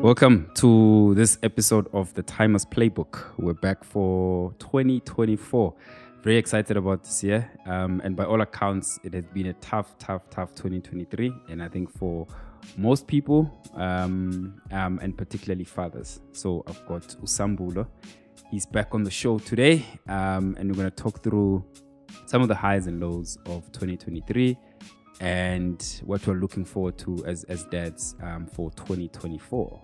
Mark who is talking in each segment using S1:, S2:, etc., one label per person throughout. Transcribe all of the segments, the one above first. S1: Welcome to this episode of the Timers Playbook. We're back for 2024. Very excited about this year. Um, and by all accounts, it has been a tough, tough, tough 2023. And I think for most people, um, um, and particularly fathers. So I've got Usambulo. He's back on the show today. Um, and we're going to talk through some of the highs and lows of 2023 and what we're looking forward to as, as dads um, for 2024.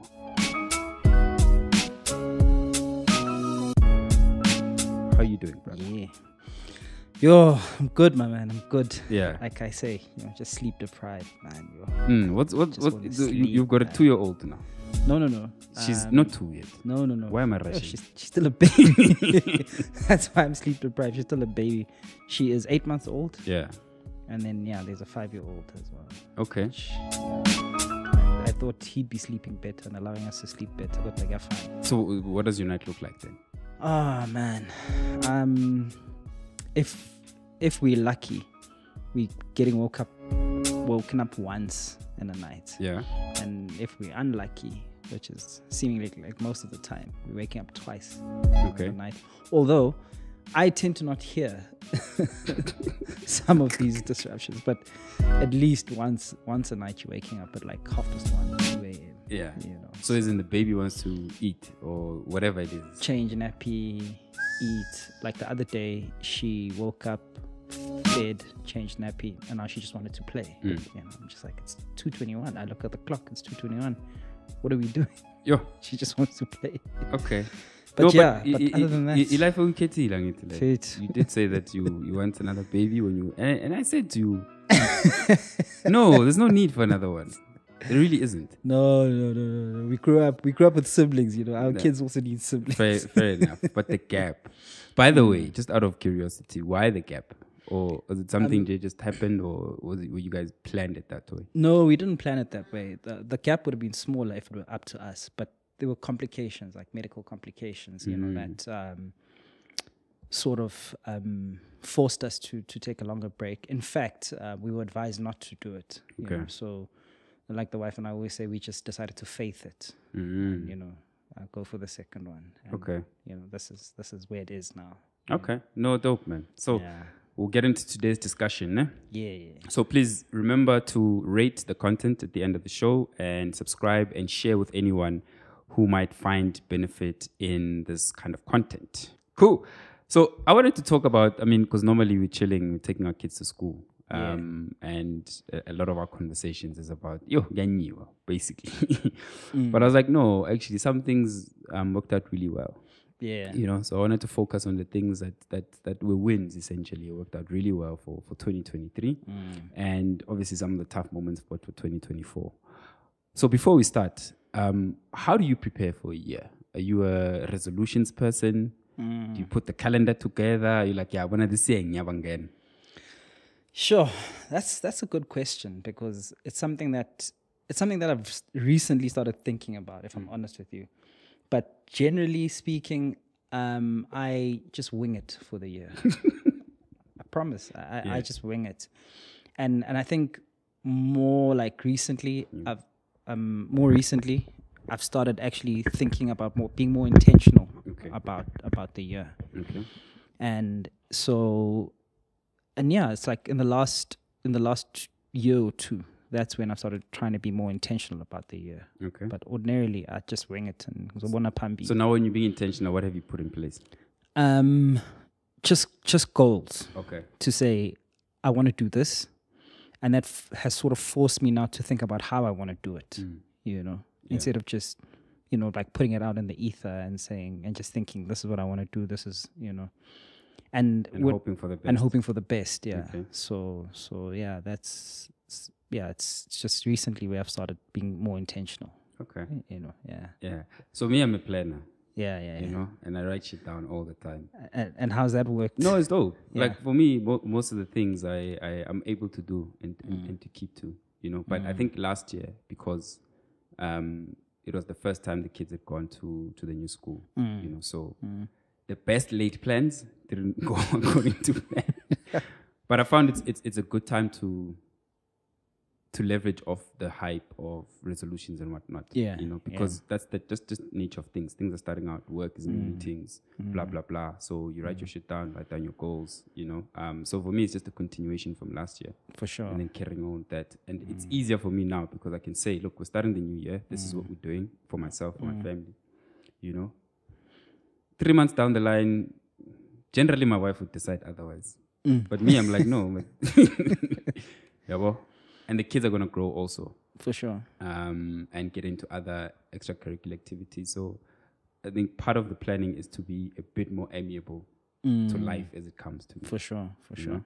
S1: How you doing, brother?
S2: Yeah. Yo, I'm good, my man. I'm good.
S1: Yeah.
S2: Like I say, you know, just sleep deprived, man. Yo.
S1: Mm, what's what,
S2: Just
S1: what,
S2: wanna
S1: do- you,
S2: sleep,
S1: you've got a
S2: man.
S1: two year old now.
S2: No, no, no.
S1: She's
S2: Um,
S1: not two yet.
S2: No, no, no.
S1: Why am I
S2: Yo,
S1: rushing?
S2: she's, she's still a baby. That's why I'm sleep deprived. She's still a baby. She is eight months old,
S1: Yeah.
S2: and then yeah, there's a five-year-old as well.
S1: Okay.
S2: Which, I, I thought he'd be sleeping better and allowing us to sleep better, but like I find.
S1: So, uh, what does your night look like then?
S2: Ah man, um, if if we're lucky, we getting woke up, woken up once in a night,
S1: Yeah.
S2: and if we're unlucky, which is seemingly like most of the time, we're waking up twice
S1: Okay.
S2: in the night. Although, I tend to not hear some of these disruptions, but at least once once a night you're waking up at like half past one, two a.m.
S1: Yeah.
S2: You know,
S1: So, is in the baby wants to eat or whatever it is.
S2: change nappy, eat. Like the other day, she woke up, fed, changed nappy, and now she just wanted to play. You know, I'm just like, it's 2:21. I look at the clock. It's 2:21. What are we doing?
S1: Yo.
S2: She just wants to play.
S1: Okay.
S2: But yeah,
S1: i-
S2: but
S1: i-
S2: other than
S1: i-
S2: that,
S1: i- life won't get it, lang, it, like,
S2: Fit.
S1: you did say that you you want another baby when you and, and I said to you, no, there's no need for another one. There really isn't.
S2: no, no, no, no, no. We grew up. We grew up with siblings. You know, our kids also need siblings.
S1: Fair, fair enough. But the gap. By the way, just out of curiosity, why the gap? Or was it something that just happened, or was it were you guys planned it that way?
S2: No, we didn't plan it that way. The, the gap would have been smaller if it were up to us, but there were complications, like medical complications, you know,
S1: Mm.
S2: that um, sort of um, forced us to to take a longer break. In fact, uh, we were advised not to do it. You
S1: Okay.
S2: know? So, like the wife and I always say, we just decided to faith it.
S1: Mm.
S2: You know, uh, go for the second one. And,
S1: Okay.
S2: You know, this is this is where it is now.
S1: Okay. No, dope, man. So
S2: Yeah.
S1: we'll get into today's discussion. Eh?
S2: Yeah. yeah.
S1: So please remember to rate the content at the end of the show and subscribe and share with anyone who might find benefit in this kind of content. Cool. So I wanted to talk about, I mean, because normally we're chilling, we're taking our kids to school. Um, And a, a lot of our conversations is about, yo, nyanyiwa, basically. But I was like, no, actually, some things um, worked out really well
S2: Yeah.
S1: you know so i wanted to focus on the things that that that were wins essentially it worked out really well for for 2023
S2: Mm.
S1: and obviously some of the tough moments but for 2024 so before we start um how do you prepare for a year are you a resolutions person do
S2: Mm.
S1: you put the calendar together you're like yeah when are this year again
S2: Sure, that's that's a good question because it's something that it's something that I've s- recently started thinking about. If I'm honest with you, but generally speaking, um, I just wing it for the year. I promise, I, I, I just wing it, and and I think more like recently, I've um, more recently, I've started actually thinking about more being more intentional
S1: Okay.
S2: about about the year
S1: okay
S2: and so and yeah it's like in the last in the last year or two that's when i started trying to be more intentional about the year
S1: okay
S2: but ordinarily i just wing it and one up
S1: so now when you're being intentional what have you put in place
S2: um just just goals
S1: okay
S2: to say i want to do this and that f- has sort of forced me now to think about how i want to do it
S1: Mm.
S2: you know instead of just you know like putting it out in the ether and saying and just thinking this is what i want to do this is you know and,
S1: and
S2: what-
S1: hoping for the best
S2: and hoping for the best yeah
S1: Okay.
S2: so so yeah that's s- yeah it's it's just recently we have started being more intentional
S1: okay
S2: you know yeah
S1: yeah so me i'm a planner
S2: yeah yeah,
S1: you
S2: yeah.
S1: know and i write shit down all the time
S2: And, and how's that worked
S1: No, it's dope. Like for me, mo- most of the things I I am able to
S2: Mm.
S1: do and and, and to keep to, you know. But I think last year because um it was the first time the kids had gone to to the new school.
S2: Mm,
S1: You know, so the best laid plans didn't go according to plan. but I found it's, it's it's a good time to to leverage off the hype of resolutions and whatnot.
S2: Yeah,
S1: You know,
S2: yeah.
S1: because that's the just just nature of things. Things are starting out, work is
S2: Mm.
S1: in meetings, blah blah blah. So you write your shit down, write down your goals, you know. Um so for me it's just a continuation from last year
S2: for sure.
S1: and then carrying on with that. And it's easier for me now because I can say, look, we're starting the new year. This is what we're doing for myself, for my family. You know, three months down the line, generally my wife would decide otherwise. But me, I'm like, no. but- yeah, well, and the kids are gonna grow also
S2: for sure.
S1: um, and get into other extracurricular activities. So I think part of the planning is to be a bit more amiable to life as it comes to me.
S2: For sure. For sure.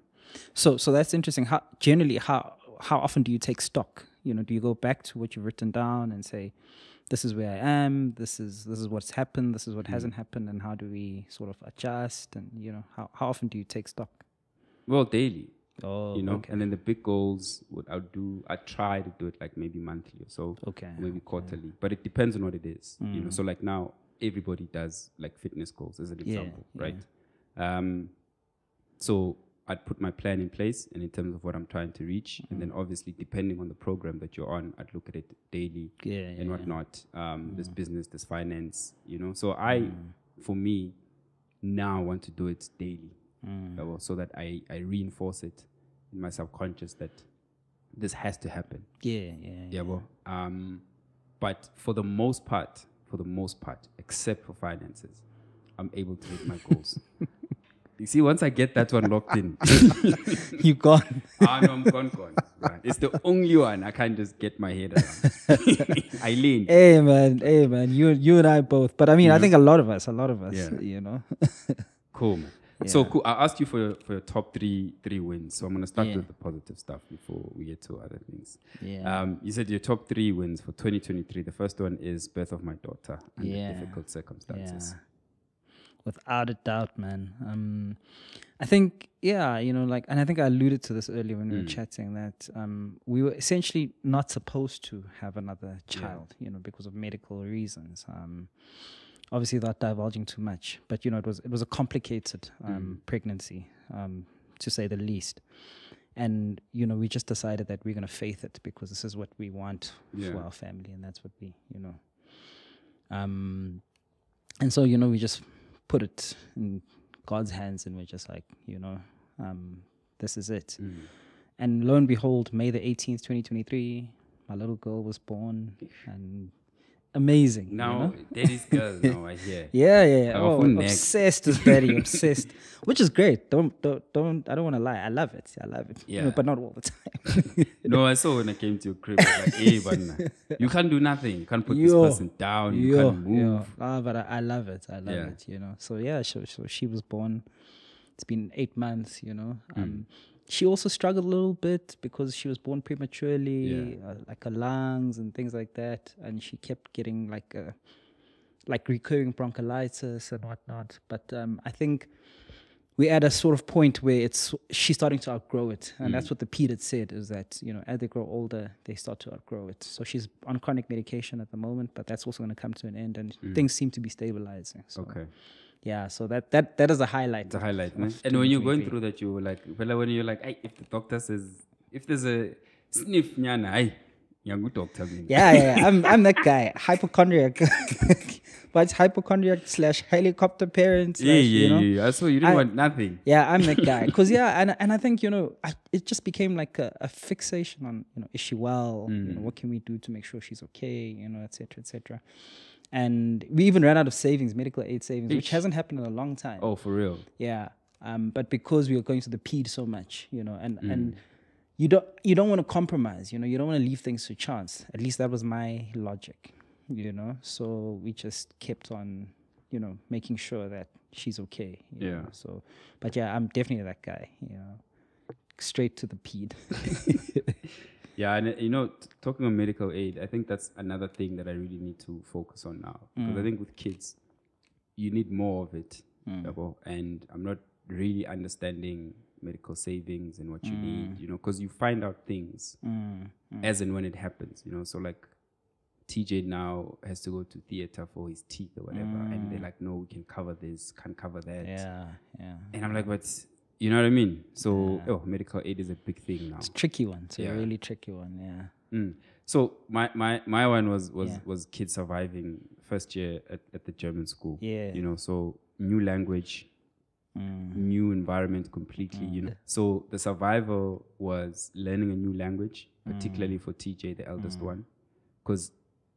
S2: So so that's interesting. How generally how how often do you take stock? You know, do you go back to what you've written down and say, This is where I am, this is this is what's happened, this is
S1: Hmm.
S2: what hasn't happened, and how do we sort of adjust and you know, how, how often do you take stock?
S1: Well, daily.
S2: Oh
S1: you know
S2: okay.
S1: and then the big goals would i do i try to do it like maybe monthly or so
S2: Okay,
S1: or maybe quarterly but it depends on what it is you know so like now everybody does like fitness goals as an example right um so i'd put my plan in place and in terms of what i'm trying to reach and then obviously depending on the program that you're on i'd look at it daily
S2: Yeah, yeah, Mm.
S1: and whatnot um this business this finance you know so i for me now want to do it daily
S2: Mm.
S1: yabo, so that I, I reinforce it in my subconscious that this has to happen
S2: Yeah, yeah, yeah.
S1: yabo. um, but for the most part for the most part except for finances i'm able to hit my goals you see once i get that one locked in
S2: you gone.
S1: ah no i'm gone gone right. it's the only one i can't just get my head around i lean
S2: Hey man, hey man, you you and I both. But I mean I think a lot of us, a lot of us,
S1: Mm-hmm. Yeah.
S2: you know.
S1: Cool. man. So cool. I asked you for your, for your top three three wins. So I'm gonna start with the positive stuff before we get to other things.
S2: Yeah.
S1: Um, you said your top three wins for 2023. The first one is birth of my daughter under
S2: Yeah.
S1: difficult circumstances.
S2: without a doubt, man. Um, I think, yeah, you know, like, and I think I alluded to this earlier when we were
S1: Hmm.
S2: chatting that um, we were essentially not supposed to have another child, you know, because of medical reasons. Um, obviously, without divulging too much, but you know, it was it was a complicated
S1: Hmm.
S2: um, pregnancy, um, to say the least. And you know, we just decided that we're gonna faith it because this is what we want
S1: Yeah.
S2: for our family, and that's what we, you know. Um, and so you know we just put it in god's hands and we're just like you know um, this is it
S1: Mm.
S2: and lo and behold may the 18th 2023 my little girl was born and amazing you
S1: Now
S2: know?
S1: daddy's girls now I hear.
S2: yeah yeah, yeah.
S1: Oh,
S2: Oh,
S1: full neck.
S2: obsessed with betty obsessed which is great don't don't, don't i don't want to lie i love it i love it You know,
S1: Yeah.
S2: but not all the time
S1: No, I saw when I came to your crib, I was like, hey, banna, you can't do nothing. You can't put
S2: Yo.
S1: this person down. You
S2: Yeah,
S1: can't move.
S2: yeah. Ah, but I, I love it. I love
S1: Yeah.
S2: it. You know. So yeah, so, so she was born. It's been eight months. You know. Um, She also struggled a little bit because she was born prematurely, uh, like her lungs and things like that, and she kept getting like a, like recurring bronchiolitis and whatnot. But um, I think we're at a sort of point where it's she's starting to outgrow it, and that's what the Pete had said is that you know as they grow older they start to outgrow it. So she's on chronic medication at the moment, but that's also going to come to an end, and things seem to be stabilizing. So
S1: Okay.
S2: yeah, so that that that is a highlight.
S1: It's a highlight, man. And when you're going through that, you were like, well, when you're like, "Ay, if the doctor says, if there's a sniff, nyana, ay, nyangu doctor. mina."
S2: Yeah, yeah, yeah. I'm I'm that guy, hypochondriac, but it's hypochondriac slash helicopter parent. Slash,
S1: Yeah,
S2: you
S1: yeah,
S2: know?
S1: yeah. I saw you didn't
S2: I-
S1: want nothing.
S2: Yeah, I'm that guy. Cause yeah, and and I think you know, I, it just became like a, a fixation on you know, is she well? You
S1: Mm.
S2: know, what can we do to make sure she's okay? You know, et cetera, et cetera. And we even ran out of savings, medical aid savings, which
S1: Eesh.
S2: hasn't happened in a long time.
S1: Oh, for real.
S2: Yeah. Um, but because we were going to the PED so much, you know, and and
S1: Mm.
S2: you don't you don't want to compromise, you know, you don't want to leave things to chance. At least that was my logic, you know. So we just kept on, you know, making sure that she's okay. you
S1: Yeah.
S2: know. So, but yeah, I'm definitely that guy, you know, straight to the PED.
S1: Yeah, and uh, you know, t- talking on medical aid, I think that's another thing that I really need to focus on now because
S2: Mm.
S1: I think with kids, you need more of it, yabo. and I'm not really understanding medical savings and what
S2: Mm.
S1: you need, you know, because you find out things as and when it happens, you know. So like, TJ now has to go to theater for his teeth or whatever. And they're like, no, we can cover this, can cover that.
S2: Mm. Yeah, yeah.
S1: And I'm like, but you know what I mean? So, oh, medical aid is a big thing now.
S2: It's a tricky one. It's a
S1: Yeah.
S2: really tricky one. Yeah.
S1: Mm. So my, my my one was was
S2: Yeah.
S1: was kids surviving first year at, at the German school.
S2: Yeah. Mm.
S1: You know, so new language, new environment completely, you know. So the survival was learning a new language,
S2: Mm.
S1: particularly for TJ, the eldest one. Because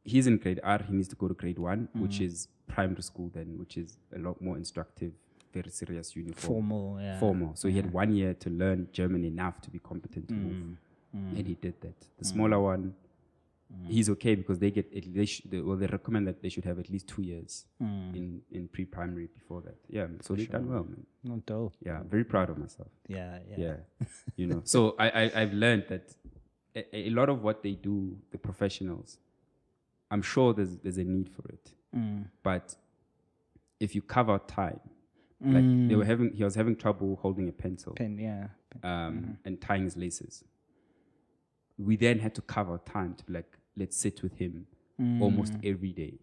S1: he's in grade R, he needs to go to grade one, which
S2: Mm.
S1: is primary school then, which is a lot more instructive, very serious uniform
S2: Formal. Yeah. Mm.
S1: formal. So he had one year to learn German enough to be competent to move, and he did that. The smaller one,
S2: Mm.
S1: he's okay because they get at least they, well they recommend that they should have at least two years
S2: Mm.
S1: in in pre-primary before that. Yeah, so they've done well, man.
S2: Not dope.
S1: Yeah, very proud of myself.
S2: Yeah, yeah.
S1: Yeah, you know. So I, I I've learned that a, a lot of what they do, the professionals, I'm sure there's there's a need for it,
S2: Mm.
S1: but if you cover time. Like they
S2: Mm.
S1: were having, he was having trouble holding a pencil
S2: Pen. Yeah. Pen.
S1: um,
S2: Mm-hmm.
S1: and tying his laces. We then had to cover time to be like, let's sit with him almost
S2: Mm.
S1: every day.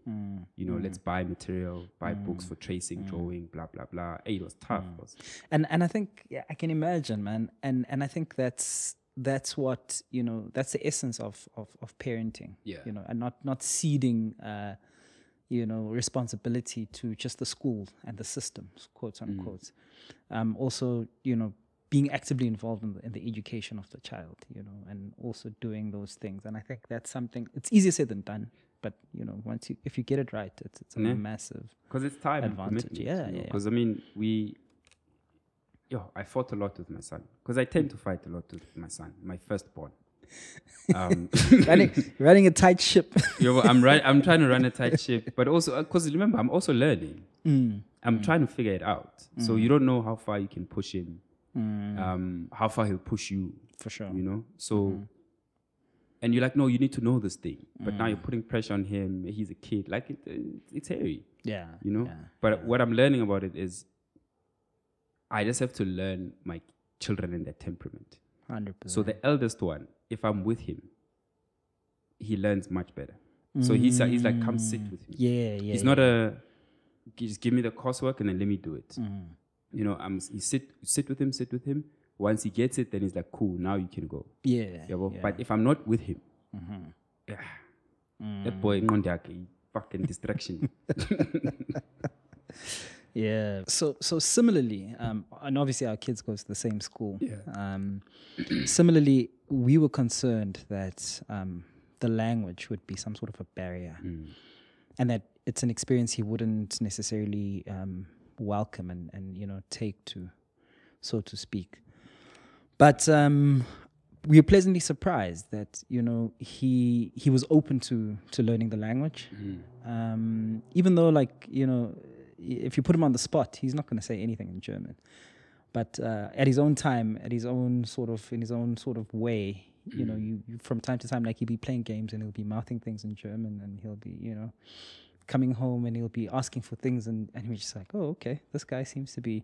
S1: You know, let's buy material, buy books for
S2: Mm.
S1: tracing, drawing, blah blah blah. Hey, it was tough. boss.
S2: and and I think yeah, I can imagine, man, and and I think that's that's what you know that's the essence of of, of parenting.
S1: Yeah.
S2: you know, and not not ceding, uh, you know, responsibility to just the school and the system, quotes
S1: Mm.
S2: unquote. Um, also, you know, being actively involved in the, in the education of the child, you know, and also doing those things. And I think that's something. It's easier said than done, but you know, once you if you get it right, it's it's a
S1: Yeah.
S2: massive.
S1: Because it's time and
S2: Advantage,
S1: commitment,
S2: yeah,
S1: you know,
S2: yeah, yeah.
S1: 'cause I mean, we. Yo, I fought a lot with my son because I tend to fight a lot with my son, my firstborn. Um,
S2: running, running a tight ship.
S1: you know, I'm right. I'm trying to run a tight ship, but also because remember, I'm also learning.
S2: Mm.
S1: I'm trying to figure it out. So you don't know how far you can push him,
S2: Mm.
S1: um, how far he'll push you.
S2: For sure.
S1: You know. So,
S2: Mm-hmm.
S1: and you're like, no, you need to know this thing. But now you're
S2: Mm.
S1: putting pressure on him. He's a kid. Like it, it's- it's hairy.
S2: Yeah,
S1: You know.
S2: yeah.
S1: but what I'm learning about it is, I just have to learn my children and their temperament.
S2: hundred percent.
S1: So the eldest one, if I'm with him, he learns much better. So he's, he's like, come sit with me.
S2: Yeah, Mm. yeah. Mm.
S1: He's not a "Gi- just give me the coursework and then let me do it.
S2: Mm-hmm.
S1: You know, I'm you sit sit with him, sit with him. Once he gets it, then he's like, cool, now you can go.
S2: yeah. Mm-hmm.
S1: Yeah, well, But if I'm not with him, yeah,
S2: Mm.
S1: that boy Ngondake, he fucking distraction.
S2: Yeah. So so similarly, um, and obviously our kids go to the same school.
S1: Yeah.
S2: Um, similarly, we were concerned that um, the language would be some sort of a barrier,
S1: Hmm.
S2: and that it's an experience he wouldn't necessarily um, welcome and and you know take to, so to speak. But um, we were pleasantly surprised that you know he he was open to to learning the language,
S1: Mm.
S2: um, even though like you know if you put him on the spot, he's not going to say anything in German. But uh, at his own time, at his own sort of in his own sort of way, you know, you, you from time to time, like he'll be playing games and he'll be mouthing things in German, and he'll be you know coming home and he'll be asking for things, and and we're just like, oh okay, this guy seems to be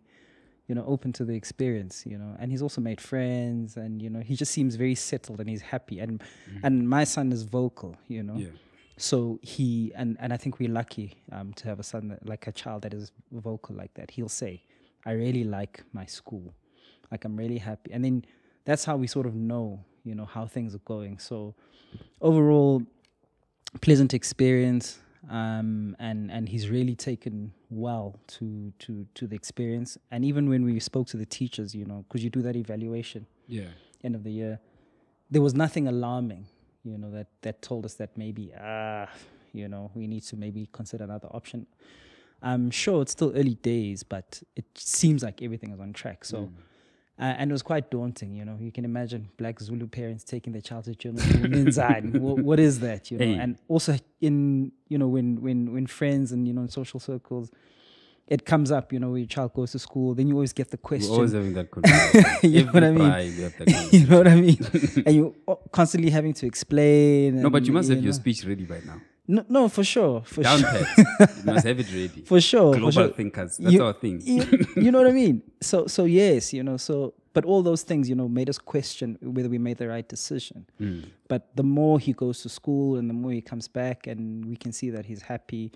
S2: you know, open to the experience, you know, and he's also made friends and, you know, he just seems very settled and he's happy. And, and my son is vocal, you know?
S1: Yeah.
S2: So he, and, and I think we're lucky um, to have a son, that, like a child that is vocal like that. He'll say, I really like my school. Like I'm really happy. And then that's how we sort of know, you know, how things are going. So overall, pleasant experience um, and and he's really taken well to to to the experience and even when we spoke to the teachers you know because you do that evaluation
S1: yeah.
S2: end of the year there was nothing alarming you know that that told us that maybe ah you know we need to maybe consider another option i'm sure it's still early days but it seems like everything is on track so
S1: Hmm.
S2: uh, and it was quite daunting, you know. You can imagine black Zulu parents taking their child to German school. Minzani, wha- what is that, you know?
S1: Hey.
S2: And also in you know when when when friends and you know in social circles, it comes up. You know, when your child goes to school, then you always get the
S1: We're
S2: question.
S1: always having that conversation.
S2: You know what I
S1: Every
S2: mean?
S1: pride, we have that conversation.
S2: you know what I mean? and you o- constantly having to explain.
S1: No, but you
S2: and,
S1: must have your
S2: know.
S1: speech ready by now.
S2: No, no, for sure, for
S1: Down
S2: sure,
S1: pat. you must have it ready.
S2: for sure, Oh, for
S1: Global
S2: sure.
S1: thinkers. That's
S2: you,
S1: our thing.
S2: you, you know what I mean? So, so yes, you know, so but all those things, you know, made us question whether we made the right decision.
S1: Mm.
S2: But the more he goes to school and the more he comes back, and we can see that he's happy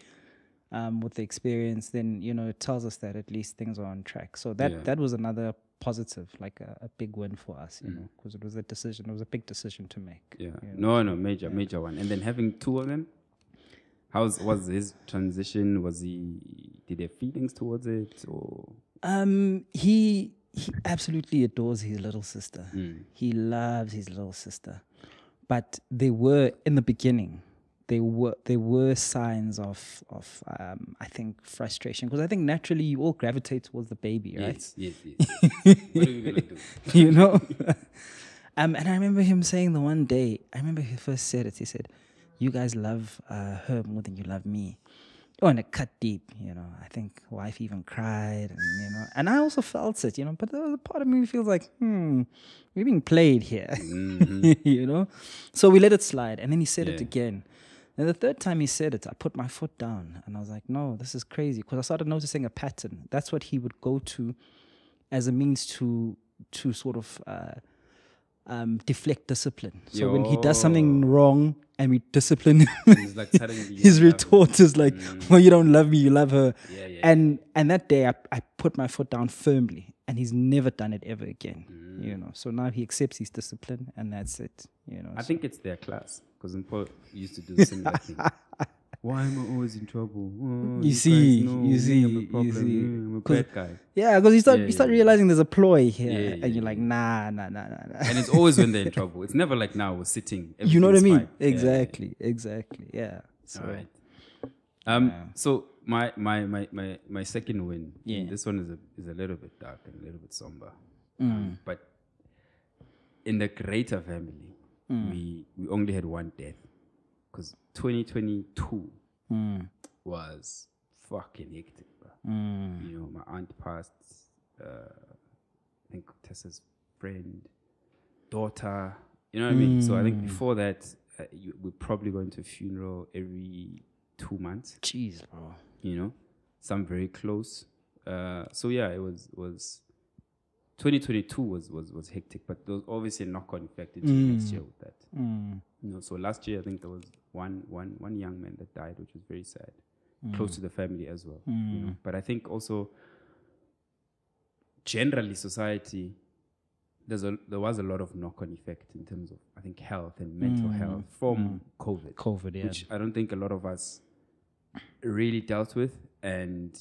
S2: um, with the experience, then you know, it tells us that at least things are on track. So that
S1: Yeah.
S2: that was another positive, like a, a big win for us,
S1: Mm.
S2: you know, 'cause know, because it was a decision, it was a big decision to make.
S1: Yeah. No, no, major, major one. And then having two of them. How's was his transition? Was he did he have feelings towards it or
S2: Um, he he absolutely adores his little sister. He loves his little sister, but they were in the beginning. They were there were signs of of um, I think frustration because I think naturally you all gravitate towards the baby, right?
S1: yes, yes, yes. what are we gonna do?
S2: you know. um, and I remember him saying the one day, I remember he first said it. He said, "You guys love uh, her more than you love me." Oh, and it cut deep, you know. I think wife even cried, and you know, and I also felt it, you know. But there was a part of me feels like, hmm, we're being played here, you know. So we let it slide, and then he said it
S1: Yeah.
S2: again. And the third time he said it, I put my foot down, and I was like, no, this is crazy, because I started noticing a pattern. That's what he would go to as a means to to sort of uh, um, deflect discipline. So when he does something wrong and we discipline him,
S1: He's like suddenly
S2: his
S1: I love
S2: retort is like, "Well, you don't love me, you love her."
S1: Yeah, Mm. yeah,
S2: and and that day, I, I put my foot down firmly, and he's never done it ever again.
S1: Mm.
S2: You know, so now he accepts his discipline, and that's it. You know,
S1: I think it's their class because Mpo used to do similar thing. Why am I always in trouble? Oh, you, guys
S2: see,
S1: know
S2: you
S1: me, I'm
S2: see,
S1: a
S2: you
S1: problem.
S2: see.
S1: Mm, I'm a
S2: 'Cause-
S1: bad guy.
S2: yeah, because you start
S1: Yeah,
S2: you start
S1: yeah, yeah.
S2: realizing there's a ploy here,
S1: Yeah, yeah,
S2: and you're like, nah, nah, nah, nah, nah.
S1: And it's always when they're in trouble. It's never like now we're sitting.
S2: You know what I
S1: everything's
S2: mean?
S1: fine. Yeah, yeah, yeah.
S2: Exactly, exactly. Yeah. So
S1: All right. Um. So my my my my my second win.
S2: Yeah.
S1: This one is a is a little bit dark and a little bit somber. Um, but in the greater family, we we only had one death because 2022 was fucking hectic. Bro. You know, my aunt passed. Uh, I think Tessa's friend, daughter. You know what I mean? So I think before that, uh, you, we're probably going to a funeral every two months
S2: Jeez, bro.
S1: you know some very close uh so yeah it was was 2022 was was was hectic but there was obviously a knock-on effect into the next year with that you know so last year i think there was one one one young man that died which was very sad close to the family as well you know but i think also generally society there's a, there was a lot of knock-on effect in terms of i think health and mental health from covid
S2: COVID, yeah.
S1: which I don't think a lot of us really dealt with and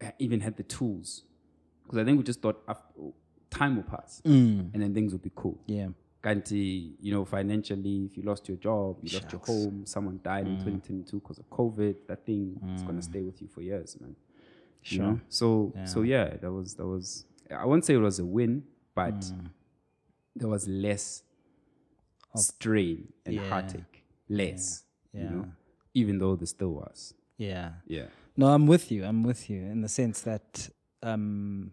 S1: ha- even had the tools. Because I think we just thought af- time will pass and then things will be cool.
S2: yeah.
S1: Kanti, you know, financially, if you lost your job, you lost your home, someone died
S2: Mm.
S1: in 2022 because of COVID, that thing is going to stay with you for years, man. Sure. So, so yeah, that was, that was, I won't say it was a win, but
S2: Mm.
S1: there was less strain and
S2: Yeah.
S1: heartache. Less, you
S2: Yeah.
S1: know, even though there still was.
S2: Yeah.
S1: Yeah.
S2: No, I'm with you. I'm with you in the sense that, um,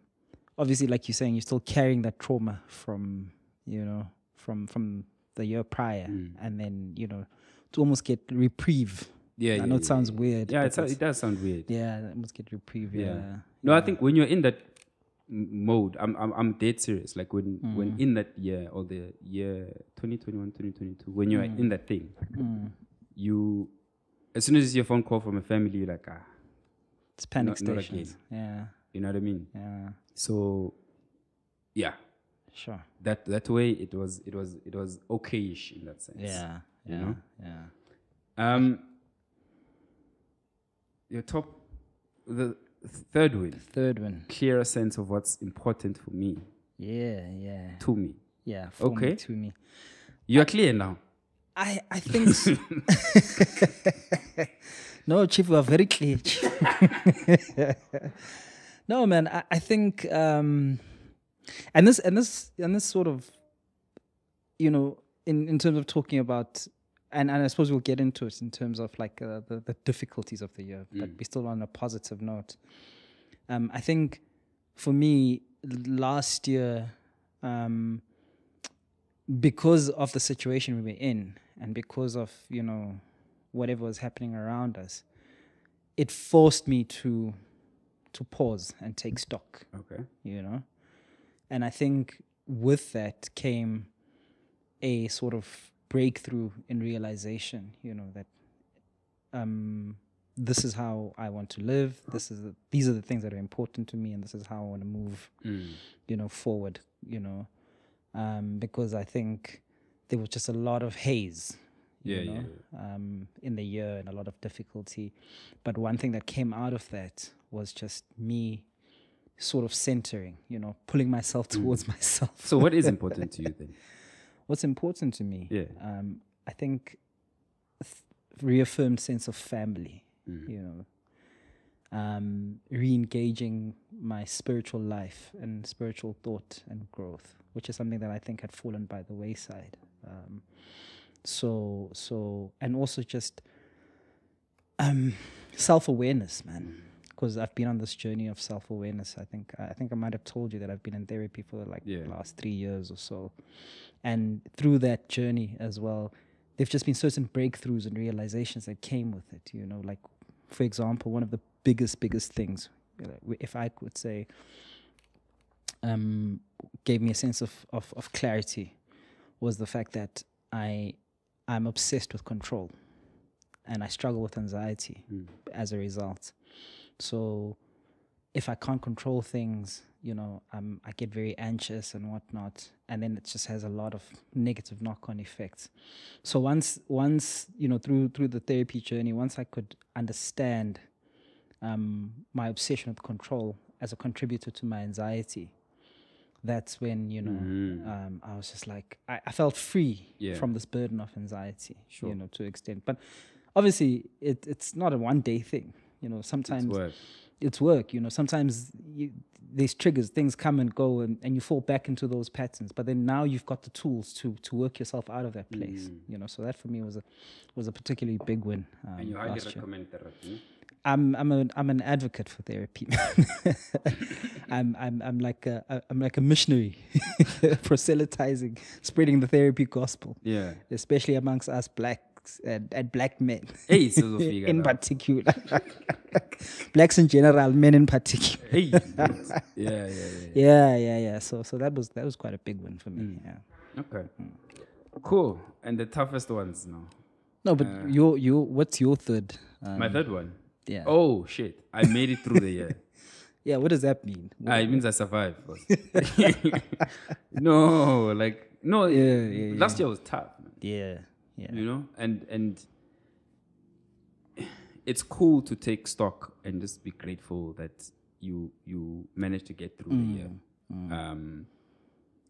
S2: obviously, like you're saying, you're still carrying that trauma from, you know, from from the year prior,
S1: Mm.
S2: and then you know, to almost get reprieve.
S1: Yeah.
S2: I
S1: yeah,
S2: know it
S1: yeah,
S2: sounds
S1: yeah.
S2: weird.
S1: Yeah,
S2: but
S1: it, sou- it does sound weird.
S2: yeah, it almost get reprieve. Yeah.
S1: No, I think when you're in that m- mode, I'm I'm, I'm dead serious. Like when
S2: Mm.
S1: when in that year or the year 2021, 2022, when you're
S2: Mm.
S1: in that thing, you as soon as you see a phone call from a family, you're like ah,
S2: It's panic
S1: Not- not
S2: stations. Yeah.
S1: you know what I mean.
S2: Yeah.
S1: So, yeah,
S2: Sure.
S1: that that way it was it was it was okayish in that sense.
S2: Yeah.
S1: you
S2: yeah.
S1: know?
S2: Yeah.
S1: Um. Your top, the third win,
S2: Third one.
S1: clearer sense of what's important for me,
S2: Yeah. Yeah.
S1: to me.
S2: Yeah. For
S1: Okay.
S2: Me, to me.
S1: You are clear now.
S2: I I think so. no, Chief, we are very clear. Chief. no, man, I, I think um and this and this and this sort of you know, in, in terms of talking about and, and I suppose we'll get into it in terms of like uh, the, the difficulties of the year, but we're still on a positive note. Um, I think for me last year, um, because of the situation we were in and because of you know whatever was happening around us, it forced me to to pause and take stock,
S1: Okay.
S2: you know? And I think with that came a sort of breakthrough in realization, you know, that um this is how I want to live, this is the, these are the things that are important to me and this is how I want to move
S1: Mm.
S2: you know, forward, you know, um, because I think there was just a lot of haze, you
S1: Yeah, yeah,
S2: know, Um, in the year and a lot of difficulty. But one thing that came out of that was just me sort of centering, you know, pulling myself towards
S1: Mm.
S2: myself.
S1: So what is important to you then?
S2: What's important to me?
S1: Yeah.
S2: Um, I think th- reaffirmed sense of family, you know, um, re-engaging my spiritual life and spiritual thought and growth, which is something that I think had fallen by the wayside. Um, so, so, and also just um, self-awareness, man. Because I've been on this journey of self-awareness. I think I think I might have told you that I've been in therapy for like
S1: Yeah.
S2: the last three years or so, and through that journey as well, there've just been certain breakthroughs and realizations that came with it. You know, like for example, one of the biggest biggest things, you know, w- if I could say, um, gave me a sense of of, of clarity, was the fact that I I'm obsessed with control and I struggle with anxiety as a result. So if I can't control things, you know, I'm, I get very anxious and whatnot, and then it just has a lot of negative knock-on effects. So once, once you know, through through the therapy journey, once I could understand um, my obsession with control as a contributor to my anxiety, that's when you know um, I was just like I, I felt free
S1: Mm. Yeah.
S2: from this burden of anxiety,
S1: Sure.
S2: you know, to an extent. But obviously, it, it's not a one day thing. You know, sometimes
S1: It's work.
S2: it's work. You know, sometimes you, these triggers, things come and go, and, and you fall back into those patterns. But then now you've got the tools to to work yourself out of that place.
S1: Mm.
S2: You know, so that for me was a was a particularly big win. Um,
S1: And you highly
S2: last year.
S1: recommend therapy.
S2: I'm I'm an I'm an advocate for therapy. man. I'm I'm I'm like a I- I'm like a missionary, proselytizing, spreading the therapy gospel,
S1: Yeah.
S2: especially amongst us blacks and, and black men
S1: Hey, Sizofika.
S2: in particular, blacks in general, men in particular.
S1: Hey. yeah, yeah, yeah. Mm.
S2: Yeah, yeah, yeah. So so that was that was quite a big one for me. Yeah.
S1: Okay. Cool. And the toughest ones now.
S2: No, but your your what's your third? Um,
S1: Uh, My third one.
S2: yeah.
S1: Oh shit. I made it through the year.
S2: yeah. What does that mean?
S1: Ah, it means I survived. boss. no, like no.
S2: Yeah, yeah,
S1: Last year was tough, man,
S2: Yeah. Yeah.
S1: you know, and and it's cool to take stock and just be grateful that you you managed to get through the year. Um,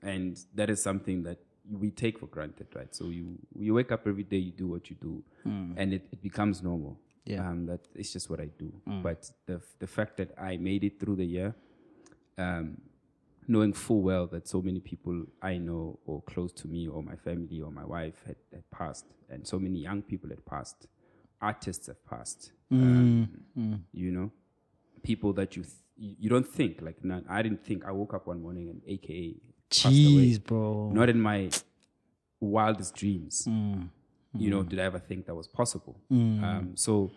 S1: and that is something that we take for granted, right? So you you wake up every day, you do what you do, and it, it becomes normal.
S2: Yeah.
S1: um, that it's just what I do. But the f- the fact that I made it through the year, um, knowing full well that so many people I know or close to me or my family or my wife had, had passed, and so many young people had passed, artists have passed. Um, You know, people that you th- you you don't think like none. I didn't think I woke up one morning and AKA
S2: Jeez, bro.
S1: not in my wildest dreams.
S2: Mm.
S1: You know, did I ever think that was possible? Um, so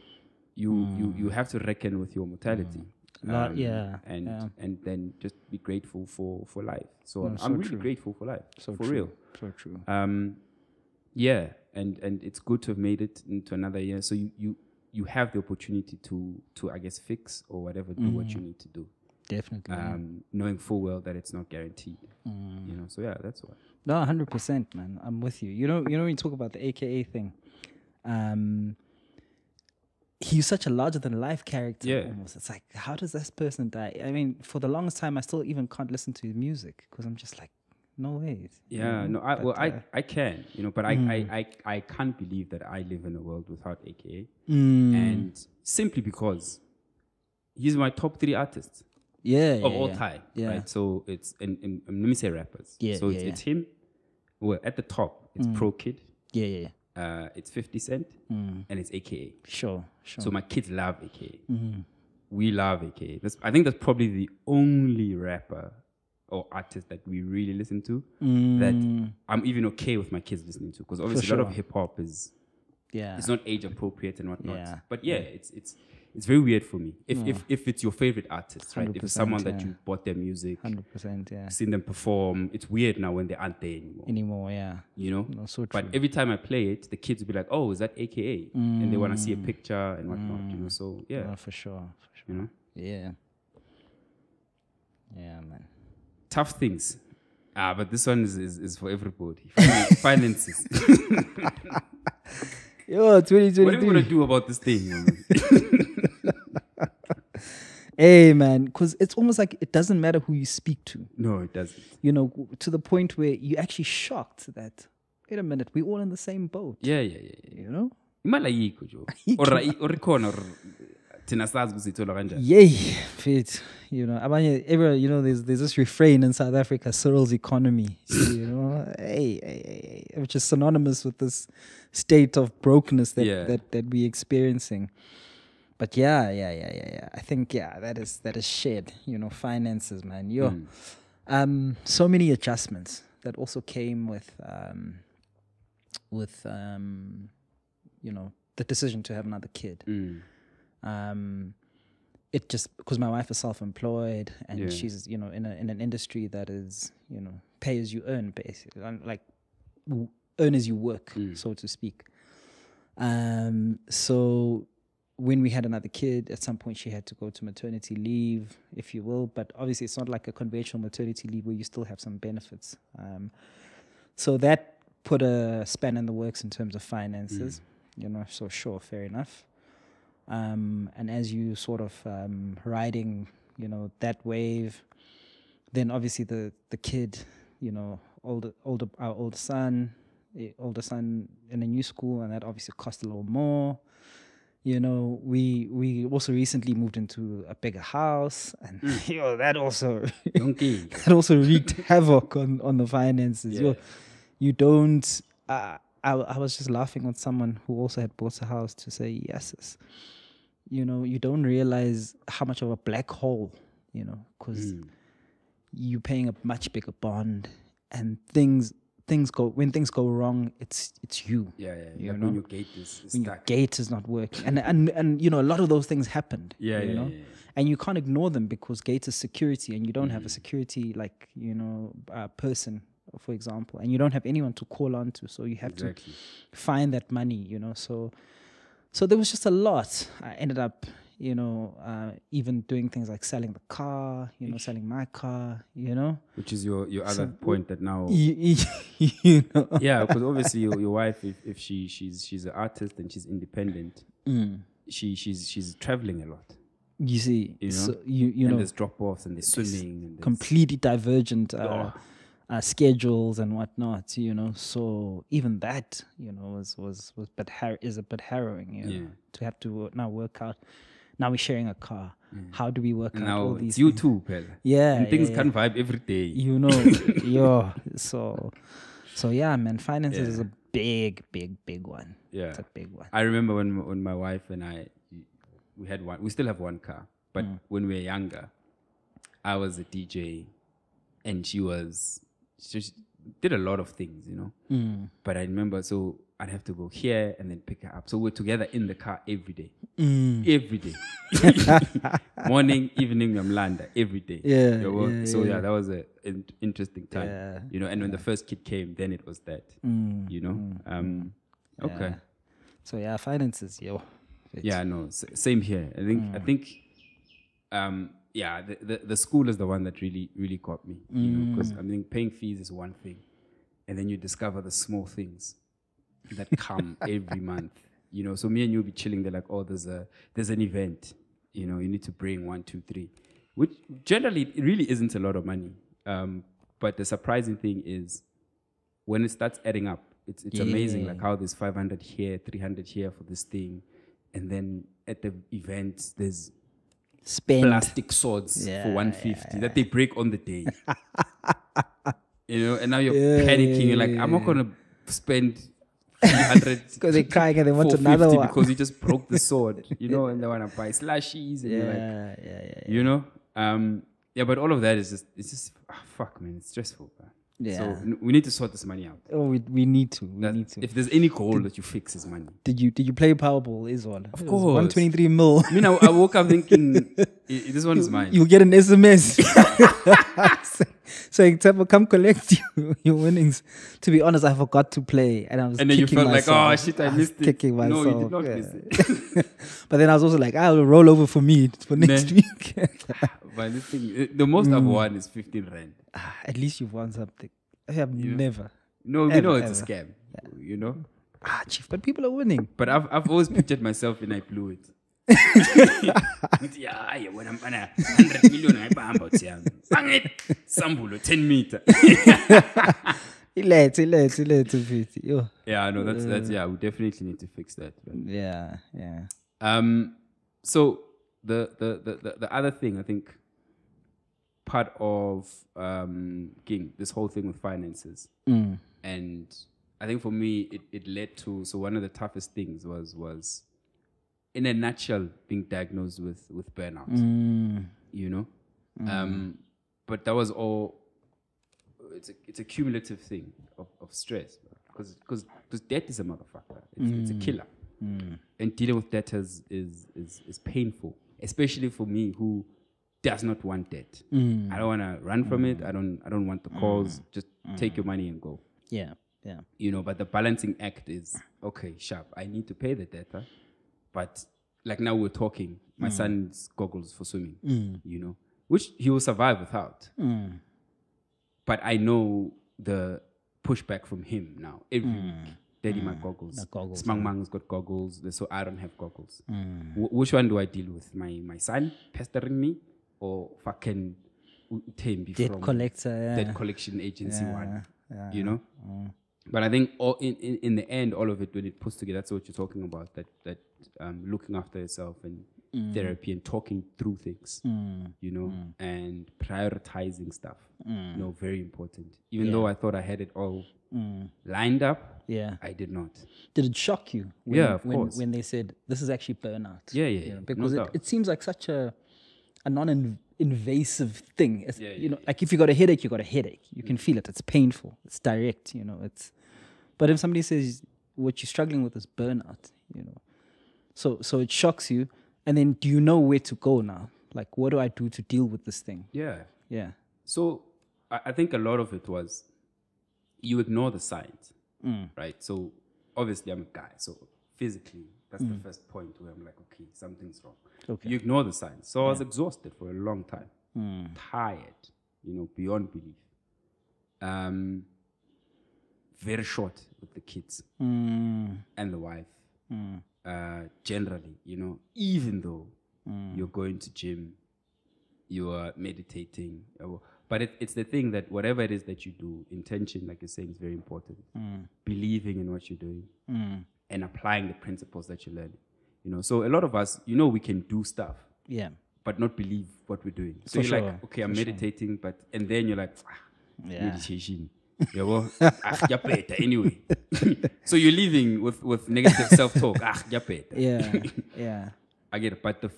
S1: you
S2: Mm.
S1: you you have to reckon with your mortality. Um,
S2: Lo- Mm. yeah,
S1: and
S2: yeah. Mm,
S1: and then just be grateful for for life. So I'm, I'm really grateful for life,
S2: So
S1: for
S2: true.
S1: real.
S2: So true.
S1: Um, yeah, and and it's good to have made it into another year. So you you you have the opportunity to to I guess fix or whatever do
S2: Mm.
S1: what you need to do,
S2: Definitely.
S1: um, knowing full well that it's not guaranteed.
S2: Mm.
S1: You know, so yeah, that's why.
S2: No, hundred percent, man. I'm with you. You know, you know when you talk about the AKA thing, um, he's such a larger than life character.
S1: Yeah.
S2: Almost, it's like, how does this person die? I mean, for the longest time, I still even can't listen to his music because I'm just like, no way. you
S1: Yeah,
S2: know?
S1: no, I,
S2: But,
S1: well,
S2: uh, mm.
S1: I, I can, you know, but I, I, I, I can't believe that I live in a world without AKA.
S2: Mm.
S1: And simply because he's my top three artists
S2: yeah, yeah,
S1: of all
S2: yeah.
S1: time,
S2: Yeah.
S1: right? So it's, and, and, and let me say rappers.
S2: Yeah,
S1: so it's,
S2: yeah, Mm.
S1: it's him. Well, at the top, it's Pro Kid,
S2: yeah, yeah, yeah.
S1: uh, it's 50 Cent,
S2: Mm.
S1: and it's AKA.
S2: Sure, sure.
S1: So my kids love AKA.
S2: Mm-hmm.
S1: We love AKA. That's, I think that's probably the only rapper or artist that we really
S2: Mm.
S1: listen to that I'm even okay with my kids listening to. Because obviously a lot of hip hop is
S2: Yeah.
S1: it's not age appropriate and whatnot.
S2: Yeah.
S1: But yeah, it's it's it's very weird for me. If if, if it's your favorite artist, right? If it's
S2: 100%,
S1: someone that
S2: yeah.
S1: you bought their music,
S2: 100%. Yeah.
S1: seen them perform, it's weird now when they aren't there anymore.
S2: Anymore. Yeah.
S1: You know?
S2: No, so
S1: But
S2: true.
S1: every time I play it, the kids will be like, "Oh, is that AKA?" And they want to see a picture and whatnot. You know, so yeah,
S2: Mm. No, for sure. For sure.
S1: you know,
S2: Yeah. Yeah, man.
S1: tough things. Ah, but this one is is, is for everybody. Fin- Finances.
S2: Yo, 2023.
S1: what are we gonna do about this thing? man?
S2: Hey, man. Because it's almost like it doesn't matter who you speak to.
S1: no, it doesn't.
S2: you know, w- to the point where you're actually shocked that, wait a minute, we're all in the same boat,
S1: Yeah, yeah, yeah. yeah.
S2: you know?
S1: imali ayikho jo or ayi- or ikhona or thina sazi ukuthi itholwa kanjani
S2: Yay, fit. You know, abanye, every, you know, there's, there's this refrain in South Africa, Cyril's economy, you know, hey, hey, hey, which is synonymous with this state of brokenness that,
S1: Yeah.
S2: that, that we're experiencing. But yeah, yeah, yeah, yeah, yeah. I think yeah, that is that is shared. You know, finances, man. Yo, um, so many adjustments that also came with um, with um, you know the decision to have another kid.
S1: Mm.
S2: Um, it just because my wife is self-employed and
S1: Yeah.
S2: she's you know in a, in an industry that is you know pay as you earn basically and, like w- earn as you work so to speak. Um, so when we had another kid, at some point she had to go to maternity leave, if you will. But obviously, it's not like a conventional maternity leave where you still have some benefits. Um, so that put a span in the works in terms of finances, you know. So sure, fair enough. Um, and as you sort of um, riding, you know, that wave, then obviously the the kid, you know, older older our older son, eh, older son in a new school, and that obviously cost a little more. You know, we we also recently moved into a bigger house, and you know, that also
S1: yonke into.
S2: that also wreaked havoc on, on the finances. Yo,
S1: Yeah.
S2: you don't. Uh, I, I was just laughing at someone who also had bought a house to say, yes, sis." you know, you don't realize how much of a black hole, you know, because you're paying a much bigger bond and things things go when things go wrong it's it's you
S1: yeah yeah
S2: You
S1: like
S2: know?
S1: when your gate is, is
S2: when your
S1: stuck
S2: gate is not working and and and you know a lot of those things happened
S1: Yeah,
S2: you
S1: yeah,
S2: know
S1: yeah, yeah.
S2: and you can't ignore them because gate is security and you don't
S1: Mm.
S2: have a security like you know uh, person for example and you don't have anyone to call on to so you have
S1: exactly
S2: to find that money you know so so there was just a lot i ended up you know uh, even doing things like selling the car you know selling my car you know
S1: which is your your other point that now
S2: you, you, you know
S1: yeah because obviously your, your wife if, if she she's she's an artist and she's independent Mm. she she's she's traveling a lot
S2: you see
S1: You know?
S2: so you you
S1: and
S2: know
S1: there's drop-offs and there's swimming and there's,
S2: completely divergent uh, uh, schedules and whatnot, you know. So even that, you know, was was was but har- is a bit harrowing, you know,
S1: Yeah.
S2: to have to now work out. Now we're sharing a car. How do we work out all
S1: Mm. now
S2: these?
S1: it's you too pal.
S2: Yeah,
S1: and things
S2: yeah,
S1: can vibe every day
S2: you know, yo. So, so yeah, man. Finances is a big, big, big one.
S1: yeah
S2: It's a big one.
S1: I remember when m- when my wife and I we had one. We still have one car, but
S2: Mm.
S1: when we were younger, I was a DJ, and she was she she did a lot of things, you know.
S2: Mm.
S1: But I remember so. I'd have to go here and then pick her up. So we're together in the car every day.
S2: Mm.
S1: Every day. Morning, evening, I'm Landa. Every day.
S2: Yeah,
S1: You know?
S2: yeah,
S1: so,
S2: yeah.
S1: yeah, that was an interesting time.
S2: Yeah. Mm,
S1: You know, and when the first kid came, then it was that. You know? Um, Okay.
S2: Yeah. So yeah, finances, yo. It's-
S1: Yeah, no, s- same here. I think I think, um, yeah, the, the the school is the one that really really caught me. You know, because I mean, paying fees is one thing, and then you discover the small things that come every month. You know, so me and you will be chilling. They're like, oh, there's a there's an event. You know, you need to bring one, two, three, which generally it really isn't a lot of money. Um, but the surprising thing is when it starts adding up, it's it's amazing like how there's 500 here, 300 here for this thing, and then at the event there's
S2: Spend.
S1: plastic swords for
S2: Yeah,
S1: 150 that they break on the day. you know, and now you're panicking. You're like, I'm not gonna spend 300
S2: 'Cause they're crying and they want another
S1: 450
S2: one.
S1: because you just broke the sword. You know, and they wanna buy slashes and you're like,
S2: Yeah, yeah, yeah.
S1: you know, um, yeah. But all of that is just it's just ah, fuck, man. It's stressful. Man.
S2: Yeah.
S1: So n- we need to sort this money out.
S2: oh, we, we need to. We
S1: That-
S2: need to.
S1: If there's any goal that you fix, is money.
S2: did you did you play Powerball? Is one of
S1: course.
S2: one twenty three mil.
S1: I mean, I, I woke up thinking, "I- I- this one is mine.
S2: You'll get an SMS saying, "Tabo, come collect you, your winnings." To be honest, I forgot to play, and I was
S1: and then you
S2: kicking
S1: felt like, oh
S2: myself.
S1: shit, I,
S2: was
S1: missed it.
S2: Kicking myself.
S1: No, you did not
S2: yeah.
S1: miss it.
S2: but then I was also like, "I'll roll over for me for next week."
S1: but this thing, uh, the most I've won is 15 rand.
S2: Ah, At least you've won something. I have never.
S1: No, we
S2: Ever,
S1: know it's a scam, you know.
S2: Ah, chief, but people are winning.
S1: But I've, I've always pictured myself and I blew it. Ngithi, "Ah, yeah, when I'm on a 100 million, I bamba uthi yami. Bang it! Sambulo, 10 meter.
S2: Let's, let's, let's, yo.
S1: Yeah, no, that's, that's, yeah, we definitely need to fix that. man.
S2: Yeah, yeah.
S1: Um, so the, the the the the other thing I think part of um King this whole thing with finances, and I think for me it it led to so one of the toughest things was was in a nutshell being diagnosed with with burnout, you know, um, but that was all. It's a, it's a cumulative thing of, of stress because because debt is a motherfucker. It's, it's a killer and dealing with debt is is, is is painful, especially for me who does not want debt. I don't want to run from it. I don't I don't want the calls. Just take your money and go.
S2: Yeah, yeah.
S1: You know, but the balancing act is okay, sharp. I need to pay the debt, huh? but like now we're talking. My
S2: Mm.
S1: son's goggles for swimming. You know, which he will survive without.
S2: Mm.
S1: But I know the pushback from him now every week. Daddy, my goggles.
S2: Mm. The goggles, Mm.
S1: Smang Mang's got goggles, so I don't have goggles. Wh- which one do I deal with? My my son pestering me, or fucking Tembi
S2: Debt
S1: from
S2: collector. Yeah.
S1: that collection agency one? You know.
S2: Mm.
S1: But I think all in, in, in the end, all of it when it puts together, that's what you're talking about. That that um, looking after yourself and
S2: Mm.
S1: therapy and talking through things, you know, and prioritizing stuff.
S2: Mm.
S1: You know, very important. Even though I thought I had it all lined up,
S2: Mm. yeah.
S1: I did not.
S2: Did it shock you? When,
S1: Yeah, of
S2: when,
S1: course.
S2: When they said this is actually burnout.
S1: Yeah, yeah, yeah. No
S2: because it,
S1: doubt.
S2: it seems like such a a non-invasive thing. It's,
S1: yeah, Mm.
S2: you know, like if you got a headache, you got a headache. You can feel it. It's painful. It's direct. You know, it's. But if somebody says what you're struggling with is burnout, you know, so so it shocks you, and then do you know where to go now? Like, what do I do to deal with this thing?
S1: Yeah.
S2: Yeah.
S1: So I, I think a lot of it was you ignore the signs, right? So obviously I'm a guy, so physically that's the first point where I'm like, okay, something's wrong.
S2: Okay.
S1: You ignore the signs. So I was exhausted for a long time, tired, you know, beyond belief. Um, very short with the kids
S2: Mm,
S1: and the wife. Uh, generally, you know, even though you're going to gym, you are meditating. you know. But it, it's the thing that whatever it is that you do, intention, like you're saying, is very important. Believing in what you're doing and applying the principles that you learn. You know, so a lot of us, you know, we can do stuff,
S2: Yeah.
S1: but not believe what we're doing. So
S2: For
S1: you're
S2: sure,
S1: like, okay, I'm meditating, but and then you're like, ah,
S2: Yeah.
S1: meditation. You know, ah, yeah, better anyway. so you're living with, with negative self talk. Ah, yeah, better.
S2: Yeah. yeah.
S1: I get it, but the f-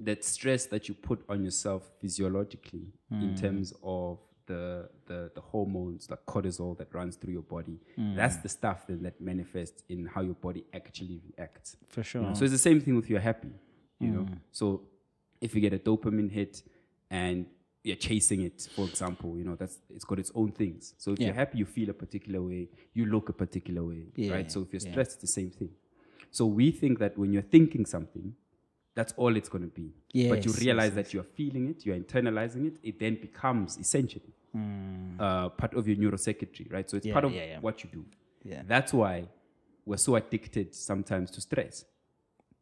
S1: that stress that you put on yourself physiologically
S2: Hmm.
S1: in terms of the, the the hormones, the cortisol that runs through your body,
S2: Hmm.
S1: that's the stuff then that manifests in how your body actually reacts.
S2: For sure. Hmm.
S1: you know. So it's the same thing with you're happy, you know. So if you get a dopamine hit and you're chasing it, for example, you know that's it's got its own things. So if
S2: Yeah.
S1: you're happy, you feel a particular way, you look a particular way,
S2: Yeah,
S1: right? So if you're
S2: yeah.
S1: stressed, it's the same thing. So we think that when you're thinking something, that's all it's going to be. but you
S2: Yes,
S1: realize that you're feeling it, you're internalizing it, it then becomes essentially uh, part of your neurosecretary, right? So it's
S2: Hmm. Yeah,
S1: part of
S2: yeah, yeah.
S1: what you do.
S2: Yeah.
S1: That's why we're so addicted sometimes to stress.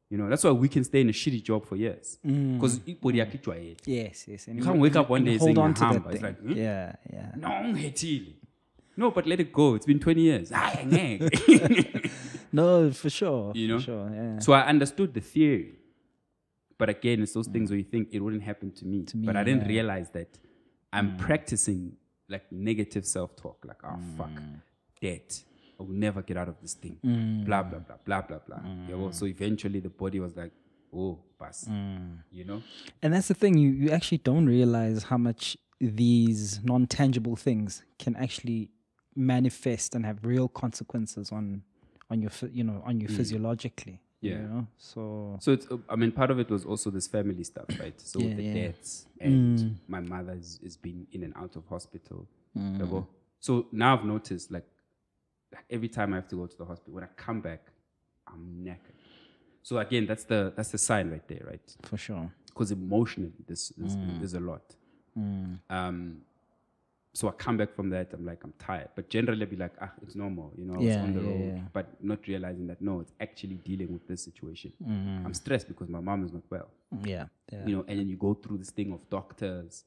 S1: You know, that's why we can stay in a shitty job for years because you
S2: Yes, yes. And
S1: can't wake up one day saying
S2: Hmm. hold on
S1: "Nah,
S2: to that
S1: hamba." It's
S2: thing.
S1: like, "Hmm?
S2: Yeah, yeah.
S1: no, ngithini." no, but let it go. It's been 20 years. Ay, ngeke.
S2: No, for sure.
S1: You know?
S2: for sure. Yeah.
S1: So I understood the theory. But again, it's those things where you think it wouldn't happen to me. Mm. but I didn't realize that I'm practicing like negative self talk, like, oh, fuck, debt. I will never get out of this thing. Blah, blah, blah, blah, blah, blah. You know, So eventually the body was like, oh, pass. You know?
S2: Hmm. And that's the thing you you actually don't realize how much these non tangible things can actually manifest and have real consequences on on your phy- you know on you physiologically.
S1: Hmm.
S2: you
S1: Yeah.
S2: know? So
S1: So it's, uh, I mean, part of it was also this family stuff, right? So with
S2: Yeah, Mm.
S1: the
S2: yeah.
S1: deaths and my mother is, is been in and out of hospital.
S2: Mm.
S1: yabo. So now I've noticed like every time I have to go to the hospital, when I come back, I'm knackered. So again, that's the that's the sign right there, right?
S2: for sure.
S1: Because emotionally, this there's,
S2: Mm.
S1: there's a lot.
S2: Hmm.
S1: Um, so I come back from that, I'm like I'm tired, but generally I'll be like, ah, it's normal, you know, I was
S2: Yeah,
S1: on the
S2: yeah,
S1: road,
S2: yeah.
S1: but not realizing that no, it's actually dealing with this situation.
S2: Mm-hmm.
S1: I'm stressed because my mom is not well
S2: Yeah. Yeah.
S1: you know, and then you go through this thing of doctors,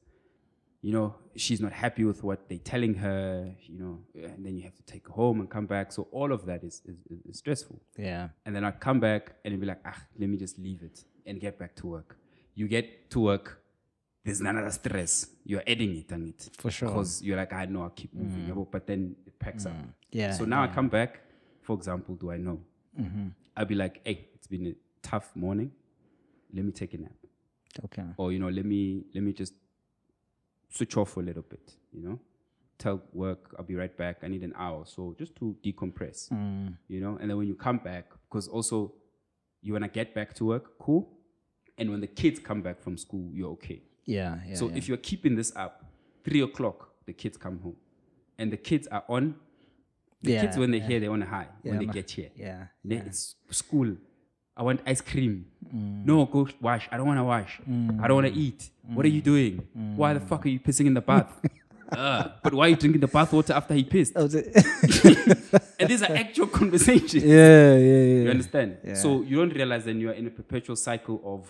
S1: you know, she's not happy with what they're telling her, you know, and then you have to take her home and come back. So all of that is, is, is- is stressful.
S2: Yeah.
S1: And then I'd come back and it'd be like, ah, let me just leave it and get back to work. You get to work, there's none of the stress. You're adding it on it.
S2: For sure. Mm.
S1: Because you're like, I know, I'll keep moving. yabo, But then it packs up.
S2: Yeah, Mm-hmm.
S1: So now I come back, for example, do I know? I'll be like, hey, it's been a tough morning. Let me take a nap
S2: Okay.
S1: or you know let me let me just switch off for a little bit you know tell work i'll be right back i need an hour or so just to decompress
S2: Mm. Hmm.
S1: you know and then when you come back because also you want to get back to work cool and when the kids come back from school you're okay
S2: Yeah. Yeah.
S1: so if you're keeping this up three o'clock the kids come home and the kids are on the
S2: Yeah,
S1: kids when they're here they're on a high when
S2: Yeah,
S1: they
S2: ma-
S1: get here
S2: yeah. Mm.
S1: Ne- It's school. I want ice cream. No, go sh- wash. I don't want to wash. I don't want to eat. What are
S2: Mm.
S1: you doing? Why the fuck are you pissing in the bath? Ugh. but why are you drinking the bath water after he pissed?
S2: Oh, is it-
S1: And these are actual conversations.
S2: yeah, yeah,
S1: You
S2: yeah.
S1: understand? So you don't realize then you are in a perpetual cycle of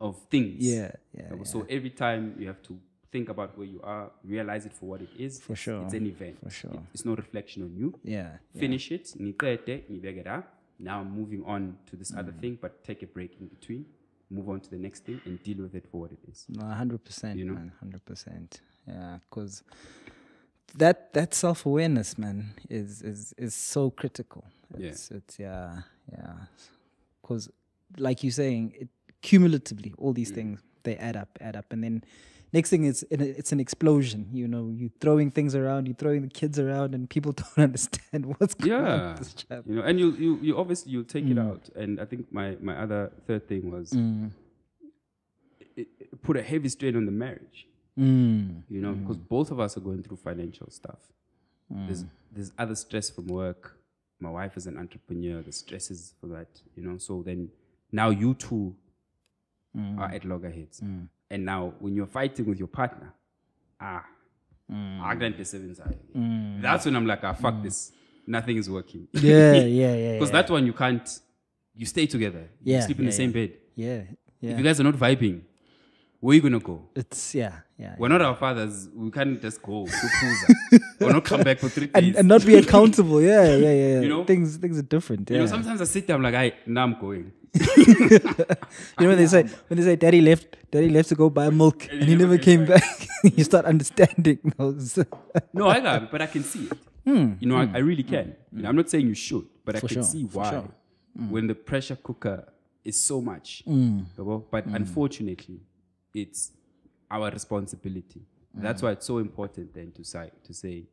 S1: of things.
S2: Yeah, yeah,
S1: Okay, So every time you have to think about where you are, realize it for what it is. For
S2: sure.
S1: It's an event. For
S2: sure.
S1: It's no reflection on you
S2: Yeah.
S1: finish it, niqede, ngibekela. Now I'm moving on to this
S2: Mm.
S1: other thing, but take a break in between, move on to the next thing, and deal with it for what it is.
S2: No, hundred percent,
S1: You know?
S2: man. Hundred percent. Yeah, because that that self awareness, man, is is is so critical.
S1: Yeah.
S2: It's, It's yeah, yeah. Because, like you're saying, it, cumulatively, all
S1: Mm.
S2: these things they add up, add up, and then next thing is it, it's an explosion. You know, you throwing things around, you throwing the kids around, and people don't understand what's going on.
S1: Yeah,
S2: with This chap. Mm.
S1: you know, and you you you obviously you take it out, and I think my my other third thing was it, it put a heavy strain on the marriage.
S2: Mm. Mm.
S1: You know, because both of us are going through financial stuff. There's there's other stress from work. My wife is an entrepreneur. The stress is for that. You know, so then now you two
S2: Mm.
S1: are at loggerheads. And now when you're fighting with your partner, ah,
S2: Mm.
S1: I grant the seven side. That's when I'm like, ah, fuck this. Nothing is working. Because
S2: Yeah, yeah, yeah, yeah,
S1: that one you can't. You stay together. You
S2: Yeah,
S1: sleep in
S2: yeah,
S1: the same bed.
S2: yeah,
S1: If
S2: yeah.
S1: you guys are not vibing, where are you gonna go?
S2: It's yeah, yeah.
S1: We're not our fathers. We can't just go to Kuza or not come back for three days.
S2: and, and not be accountable. Yeah, yeah, yeah.
S1: You know?
S2: things things are different. Yeah.
S1: you know, sometimes I sit there, I'm like, I now I'm going.
S2: You know when they say when they say daddy left, daddy left to go buy milk, and, he never came back. you start understanding those.
S1: No, I got it, but I can see it. You know, I, I really can. You know, I'm not saying you should, but I can
S2: sure,
S1: see
S2: Hmm. for
S1: why
S2: sure. Hmm.
S1: when the pressure cooker is so much. yabo, But
S2: Hmm.
S1: unfortunately, it's our responsibility.
S2: Hmm.
S1: That's why it's so important then to say, to say,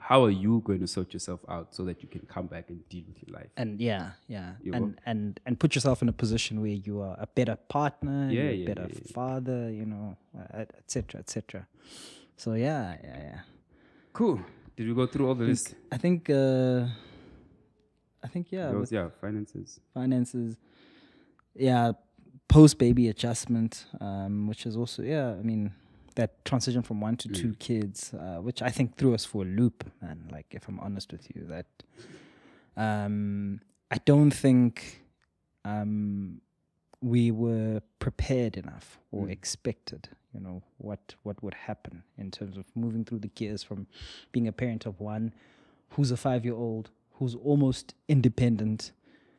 S1: how are you going to sort yourself out so that you can come back and deal with your life?
S2: And yeah, yeah,
S1: You
S2: and and and put yourself in a position where you are a better partner,
S1: Yeah,
S2: you're a
S1: yeah,
S2: better
S1: yeah, yeah.
S2: father, you know, uh, etc. etc. So yeah, yeah, yeah.
S1: Cool. Did we go through all the list?
S2: I think uh, I think yeah,
S1: Those, yeah, finances.
S2: finances yeah post baby adjustment um which is also yeah i mean that transition from one to two kids uh, which i think threw us for a loop man like if i'm honest with you that um i don't think um we were prepared enough or expected you know what what would happen in terms of moving through the gears from being a parent of one who's a 5 year old who's almost independent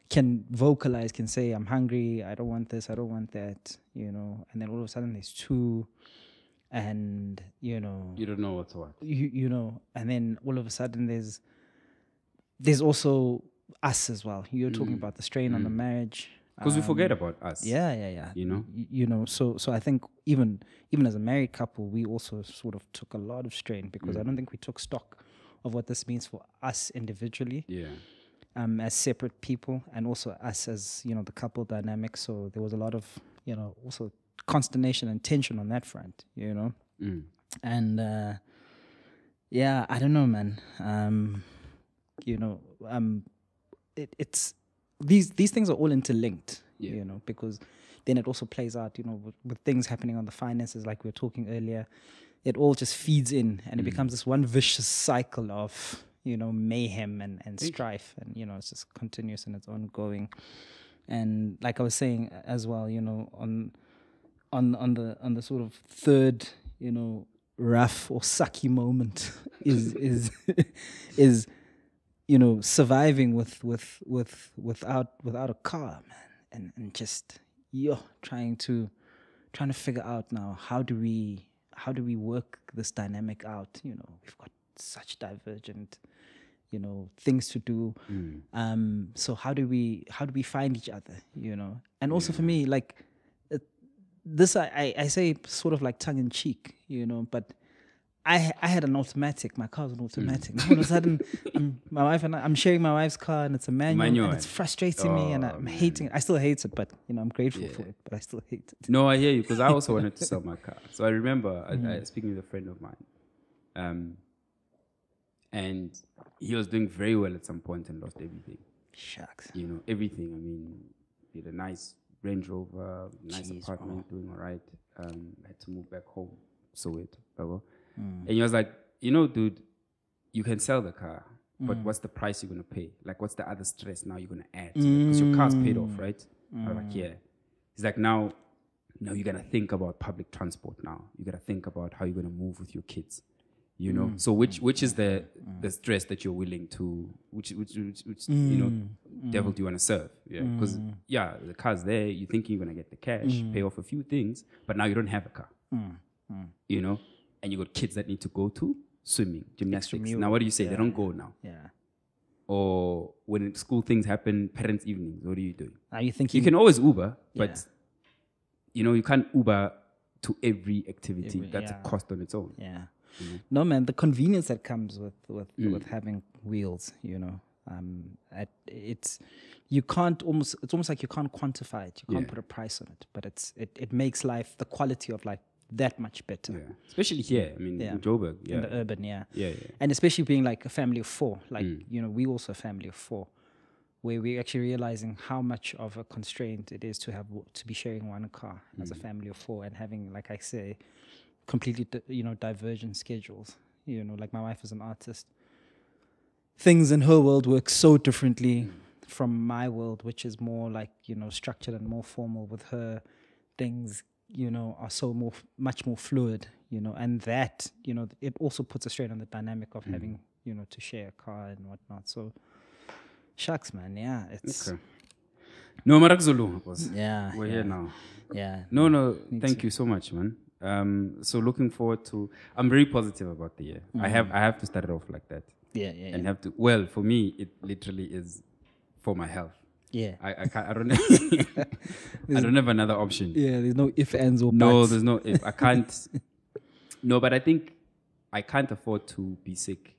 S2: can vocalize can say i'm hungry i don't want this i don't want that you know and then all of a sudden there's two and you know
S1: You don't know what's what.
S2: you you know and then all of a sudden there's there's also us as well you're talking about the strain on the marriage Uh,
S1: because we forget about us.
S2: Um, Yeah, yeah, yeah.
S1: You know?
S2: Y- you know. So, so I think even even as a married couple, we also sort of took a lot of strain because I don't think we took stock of what this means for us individually,
S1: yeah,
S2: um, as separate people, and also us as you know the couple dynamic. So there was a lot of you know also consternation and tension on that front. You know,
S1: Mm.
S2: and uh, yeah, I don't know, man. Um, you know, um, it, it's these these things are all interlinked.
S1: Yeah.
S2: You know, because then it also plays out. You know, with, with things happening on the finances, like we were talking earlier, it all just feeds in, and it becomes this one vicious cycle of you know mayhem and and strife, and you know it's just continuous and it's ongoing. And like I was saying as well, you know, on on on the on the sort of third, you know, rough or sucky moment is is is you know surviving with with with without without a car, man, and and just yo trying to trying to figure out now how do we how do we work this dynamic out? You know, we've got such divergent you know things to do
S1: Mm.
S2: um so how do we how do we find each other you know and also for me like uh, this I, I, I say sort of like tongue in cheek, you know, but I I had an automatic. My car was
S1: Mm.
S2: an automatic. All of a sudden, I'm, my wife and I, I'm sharing my wife's car, and it's a manual,
S1: Manual.
S2: and it's frustrating me, and
S1: Oh,
S2: I'm hating. It. I still hate it, but you know, I'm grateful for it, but I still hate it.
S1: No, I hear you because I also wanted to sell my car. So I remember I, I, speaking with a friend of mine, um, and he was doing very well at some point and lost everything.
S2: Shucks.
S1: You know, everything. I mean, he had a nice Range Rover, nice apartment, doing all right. Um, had to move back home, so it, blah, blah. And he was like, you know, dude, you can sell the car, but what's the price you're gonna pay? Like, what's the other stress now you're gonna add? Because your car's paid off, right? I was like, yeah. He's like, now, now you gotta think about public transport. Now you gotta think about how you're gonna move with your kids. You know,
S2: Mm.
S1: so which which is the the stress that you're willing to, which which which, which you
S2: Mm.
S1: know, devil do you want to serve? Yeah, because yeah, the car's there. You think you're gonna get the cash,
S2: Mm.
S1: pay off a few things, but now you don't have a car you know, and you got kids that need to go to swimming, gymnastics. Now, what do you say? They don't go now.
S2: Yeah.
S1: Or when school things happen, parents' evenings, what are you doing?
S2: Are you
S1: You
S2: thinking?
S1: can always Uber,
S2: Mm. Yeah.
S1: but you know, you can't Uber to every activity.
S2: Every-
S1: That's
S2: yeah.
S1: a cost on its own.
S2: yeah.
S1: Mm-hmm.
S2: No, man. The convenience that comes with with
S1: Mm.
S2: with having wheels, you know. Um, at, it's you can't almost. It's almost like you can't quantify it. You can't
S1: Yeah.
S2: put a price on it, but it's it, it makes life the quality of life that much better.
S1: Yeah. Especially here. I mean,
S2: Yeah.
S1: in Joburg. Yeah.
S2: in the urban, yeah.
S1: yeah. Yeah.
S2: And especially being like a family of four, like, you know, we also a family of four, where we're actually realizing how much of a constraint it is to have to be sharing one car as a family of four and having, like I say, completely, di- you know, divergent schedules. You know, like my wife is an artist. Things in her world work so differently
S1: Mm.
S2: from my world, which is more like, you know, structured and more formal with her things you know are so more much more fluid you know and that you know it also puts a strain on the dynamic
S1: Mm.
S2: of having you know to share a car and whatnot so shucks man yeah it's
S1: Okay. No, Marak Zulu, was.
S2: yeah
S1: We're
S2: yeah,
S1: here now.
S2: yeah
S1: No, no, thank you so much, man. Um, so looking forward to. I'm very positive about the year. I have I have to start it off like that.
S2: yeah yeah yeah
S1: and have to. Well, for me, it literally is for my health.
S2: yeah,
S1: I, I can't. I don't. Have, I don't have another option.
S2: yeah there's no if ands or
S1: No,
S2: buts
S1: there's no if. I can't. no, but I think I can't afford to be sick,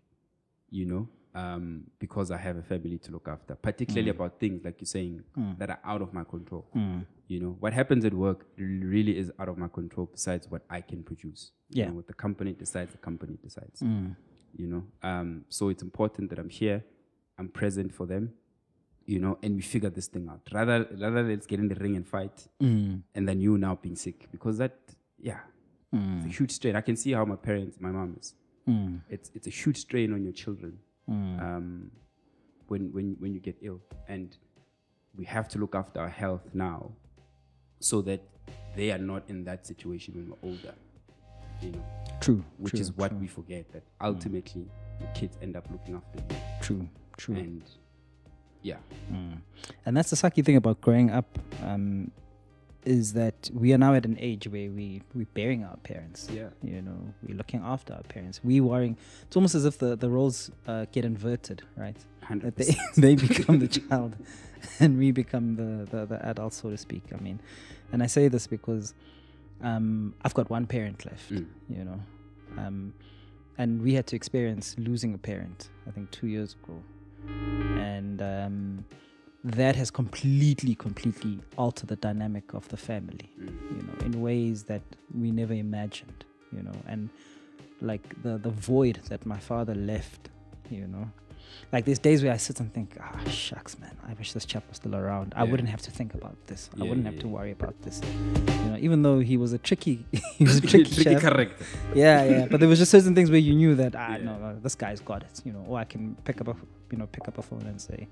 S1: you know, um, because I have a family to look after, particularly about things like you're saying that are out of my control. You know, what happens at work really is out of my control besides what I can produce. You
S2: Yeah.
S1: know, what the company decides, the company decides. You know, um, so it's important that I'm here, I'm present for them. You know, and we figure this thing out. Rather, rather let's get in the ring and fight and then you now being sick because that yeah it's a huge strain i can see how my parents my mom is it's it's a huge strain on your children um, when when when you get ill and we have to look after our health now so that they are not in that situation when we're older you know
S2: true
S1: which
S2: true, Mm.
S1: is what we forget that ultimately the kids end up looking after you
S2: true true
S1: and yeah
S2: and that's the sucky thing about growing up um is that we are now at an age where we we're bearing our parents
S1: yeah
S2: you know we're looking after our parents we worrying it's almost as if the the roles uh, get inverted right
S1: 100
S2: that they, they become the child and we become the, the, the adults, so to speak. I mean, and I say this because um, I've got one parent left,
S1: Mm.
S2: you know, um, and we had to experience losing a parent, I think, two years ago. And um, that has completely, completely altered the dynamic of the family,
S1: mm.
S2: you know, in ways that we never imagined, you know, and like the, the void that my father left, you know. Like there's days where I sit and think, ah, shucks, man, I wish this chap was still around. I
S1: Yeah.
S2: wouldn't have to think about this. I
S1: Yeah,
S2: wouldn't
S1: yeah,
S2: have
S1: yeah.
S2: to worry about this. You know, even though he was a tricky, he was a tricky, chap.
S1: character.
S2: yeah, yeah. But there was just certain things where you knew that ah,
S1: Yeah.
S2: no, no, this guy's got it. You know, or I can pick up a, you know, pick up a phone and say.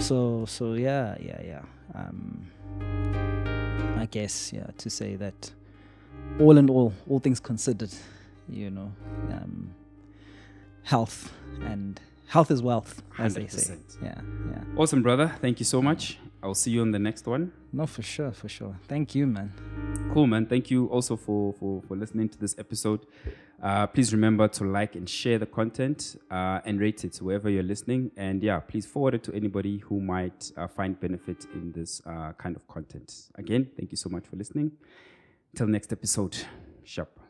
S2: So, so yeah, yeah, yeah. Um, I guess yeah to say that, all in all, all things considered, you know, um, health and health is wealth, as they say.
S1: 100%.
S2: Yeah, yeah.
S1: Awesome, brother. Thank you so much. I'll see you on the next one.
S2: No, for sure, for sure. Thank you, man.
S1: Cool, man. Thank you also for for, for listening to this episode. Uh, please remember to like and share the content uh, and rate it wherever you're listening. And yeah, please forward it to anybody who might uh, find benefit in this uh, kind of content. Again, thank you so much for listening. Till next episode. Sharp.